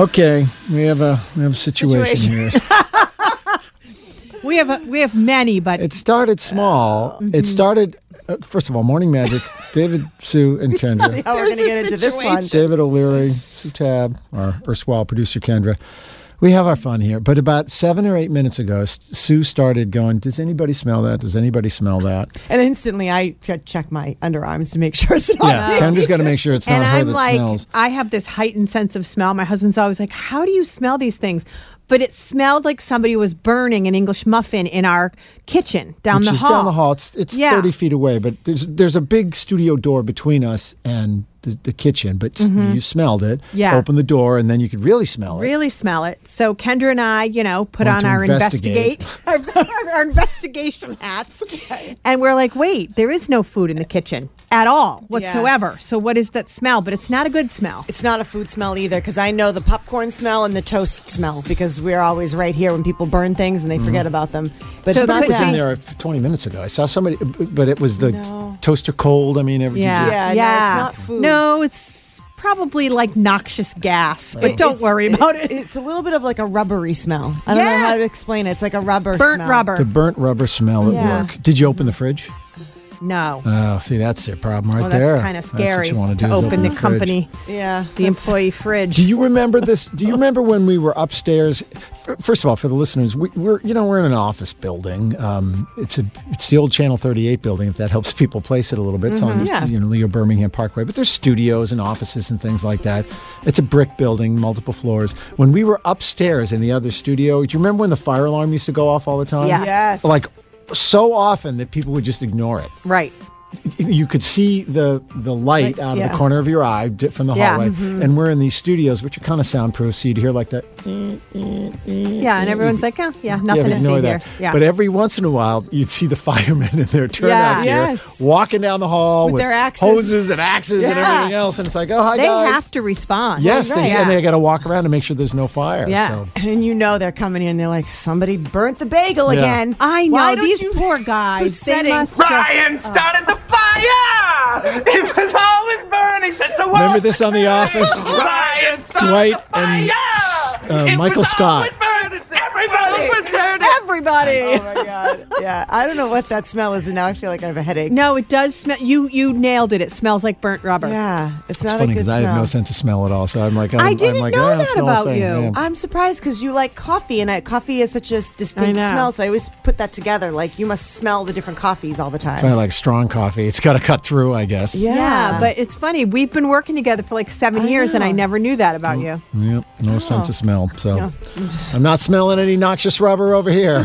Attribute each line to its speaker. Speaker 1: Okay, we have a we have a situation, here.
Speaker 2: We have we have many, but
Speaker 1: It started small.
Speaker 2: Mm-hmm.
Speaker 1: It started uh, first of all, Morning Magic, David, Sue, and Kendra.
Speaker 3: Oh, we're going to get into this one.
Speaker 1: David O'Leary, Sue Tab, our erstwhile producer Kendra. We have our fun here, but about seven or eight minutes ago, S- Sue started going. Does anybody smell that? Does anybody smell that?
Speaker 3: And instantly, I ch- check my underarms to make sure it's not.
Speaker 1: Yeah, Kendra's got to make sure it's not
Speaker 2: Oh, and
Speaker 1: her
Speaker 2: I'm
Speaker 1: that
Speaker 2: like
Speaker 1: smells.
Speaker 2: I have this heightened sense of smell. My husband's always like, "How do you smell these things?" But it smelled like somebody was burning an English muffin in our kitchen down
Speaker 1: Which
Speaker 2: the
Speaker 1: is
Speaker 2: hall.
Speaker 1: down the hall. It's, it's
Speaker 2: Yeah.
Speaker 1: 30 feet away, but there's there's a big studio door between us and the, the kitchen. But s- you smelled it.
Speaker 2: Mm-hmm. Yeah.
Speaker 1: Open the door, and then you could really smell it.
Speaker 2: Really smell it. So Kendra and I, you know, put
Speaker 1: Want
Speaker 2: on
Speaker 1: to
Speaker 2: our
Speaker 1: investigate.
Speaker 2: investigate, our, our investigation hats, and we're like, "Wait, there is no food in the kitchen at all whatsoever." So what is that smell? But it's not a good smell.
Speaker 3: It's not a food smell either because I know the popcorn smell and the toast smell because we're always right here when people burn things and they forget about them.
Speaker 2: Mm-hmm.
Speaker 3: But
Speaker 2: So that
Speaker 3: it's not
Speaker 1: I was
Speaker 3: that.
Speaker 1: in there f- 20 minutes ago. I saw somebody, but it was the t-
Speaker 3: No.
Speaker 1: toaster cold. I mean, it,
Speaker 2: Yeah.
Speaker 3: Yeah, no, it's not food.
Speaker 2: No, it's probably like noxious gas, but
Speaker 3: It-
Speaker 2: don't
Speaker 3: it's-
Speaker 2: worry about it.
Speaker 3: It's a little bit of like a rubbery smell. I don't know how
Speaker 2: Yes.
Speaker 3: to explain it. It's like a rubber
Speaker 2: Burnt
Speaker 3: smell.
Speaker 2: rubber.
Speaker 1: the burnt rubber smell at
Speaker 3: Yeah.
Speaker 1: work. Did you open the fridge?
Speaker 2: no.
Speaker 1: Oh, see, that's their problem right
Speaker 2: well,
Speaker 1: there.
Speaker 2: that's kind of scary
Speaker 1: That's what you want
Speaker 2: to
Speaker 1: do is
Speaker 2: open, the,
Speaker 1: fridge.
Speaker 2: company,
Speaker 3: Yeah.
Speaker 2: the employee fridge.
Speaker 1: Do you remember this? Do you remember when we were upstairs? F- First of all, for the listeners, we, we're you know we're in an office building. Um, it's a it's the old Channel 38 building. If that helps people place it a little bit, it's on
Speaker 3: Mm-hmm. yeah.
Speaker 1: you know Leo Birmingham Parkway. But there's studios and offices and things like that. It's a brick building, multiple floors. When we were upstairs in the other studio, do you remember when the fire alarm used to go off all the time?
Speaker 2: Yeah.
Speaker 3: Yes.
Speaker 1: Like so often that people would just ignore it
Speaker 2: right.
Speaker 1: you could see the the light
Speaker 3: Like,
Speaker 1: out of
Speaker 3: yeah.
Speaker 1: the corner of your eye di- from the
Speaker 2: Yeah. Mm-hmm.
Speaker 1: hallway, and we're in these studios which are kind of soundproof, so you'd hear like that.
Speaker 2: Yeah, and everyone's like, oh, yeah, nothing
Speaker 1: but
Speaker 2: to see
Speaker 1: ignore
Speaker 2: here.
Speaker 1: that.
Speaker 2: Yeah.
Speaker 1: But every once in a while, you'd see the firemen in their turnout
Speaker 2: Yeah.
Speaker 1: gear
Speaker 3: Yes.
Speaker 1: walking down the hall
Speaker 3: With
Speaker 1: with,
Speaker 3: their axes.
Speaker 1: hoses and axes and
Speaker 3: Yeah.
Speaker 1: everything else, and it's like, oh hi
Speaker 2: they
Speaker 1: guys.
Speaker 2: have to respond.
Speaker 1: Yes, they,
Speaker 2: Yeah.
Speaker 1: and they got to walk around and make sure there's no fire.
Speaker 2: Yeah.
Speaker 1: So.
Speaker 3: and you know they're coming in. They're like, somebody burnt the bagel
Speaker 1: Yeah.
Speaker 3: again.
Speaker 2: I
Speaker 3: Why
Speaker 2: know
Speaker 3: don't
Speaker 2: these
Speaker 3: you-
Speaker 2: poor
Speaker 3: the
Speaker 2: guys. They
Speaker 3: setting-
Speaker 2: must
Speaker 4: Brian started the fire! It was always burning since the world
Speaker 1: Remember this on The
Speaker 4: began.
Speaker 1: Office?
Speaker 4: Brian started
Speaker 1: Dwight
Speaker 4: the fire!
Speaker 1: and, s- uh,
Speaker 4: It
Speaker 1: Michael
Speaker 4: was
Speaker 1: Scott.
Speaker 4: always burning since Everybody was turning.
Speaker 2: Everybody.
Speaker 3: Oh my god. Yeah. I don't know what that smell is, and now I feel like I have a headache.
Speaker 2: No, it does smell. You you nailed it. It smells like burnt rubber.
Speaker 3: Yeah. It's
Speaker 1: It's
Speaker 3: not
Speaker 1: funny
Speaker 3: a good
Speaker 1: because
Speaker 3: smell.
Speaker 1: I have no sense of smell at all, so I'm like, I'm,
Speaker 2: I
Speaker 1: I'm
Speaker 2: didn't
Speaker 1: like,
Speaker 2: know
Speaker 1: "Ah, I don't
Speaker 2: that
Speaker 1: smell a
Speaker 2: about
Speaker 1: thing."
Speaker 2: you.
Speaker 1: Yeah.
Speaker 3: I'm surprised because you like coffee, and I, coffee is such a s- distinct
Speaker 2: know.
Speaker 3: smell. So I always put that together. Like you must smell the different coffees all the time.
Speaker 1: Probably like strong coffee. It's got to cut through, I guess.
Speaker 3: Yeah.
Speaker 2: Yeah, but it's funny. We've been working together for like seven
Speaker 3: I
Speaker 2: years, and I
Speaker 3: know.
Speaker 2: never knew that
Speaker 1: Mm.
Speaker 2: about you.
Speaker 1: Yep, no sense of smell. So
Speaker 3: No,
Speaker 1: I'm, not smelling any noxious rubber over here.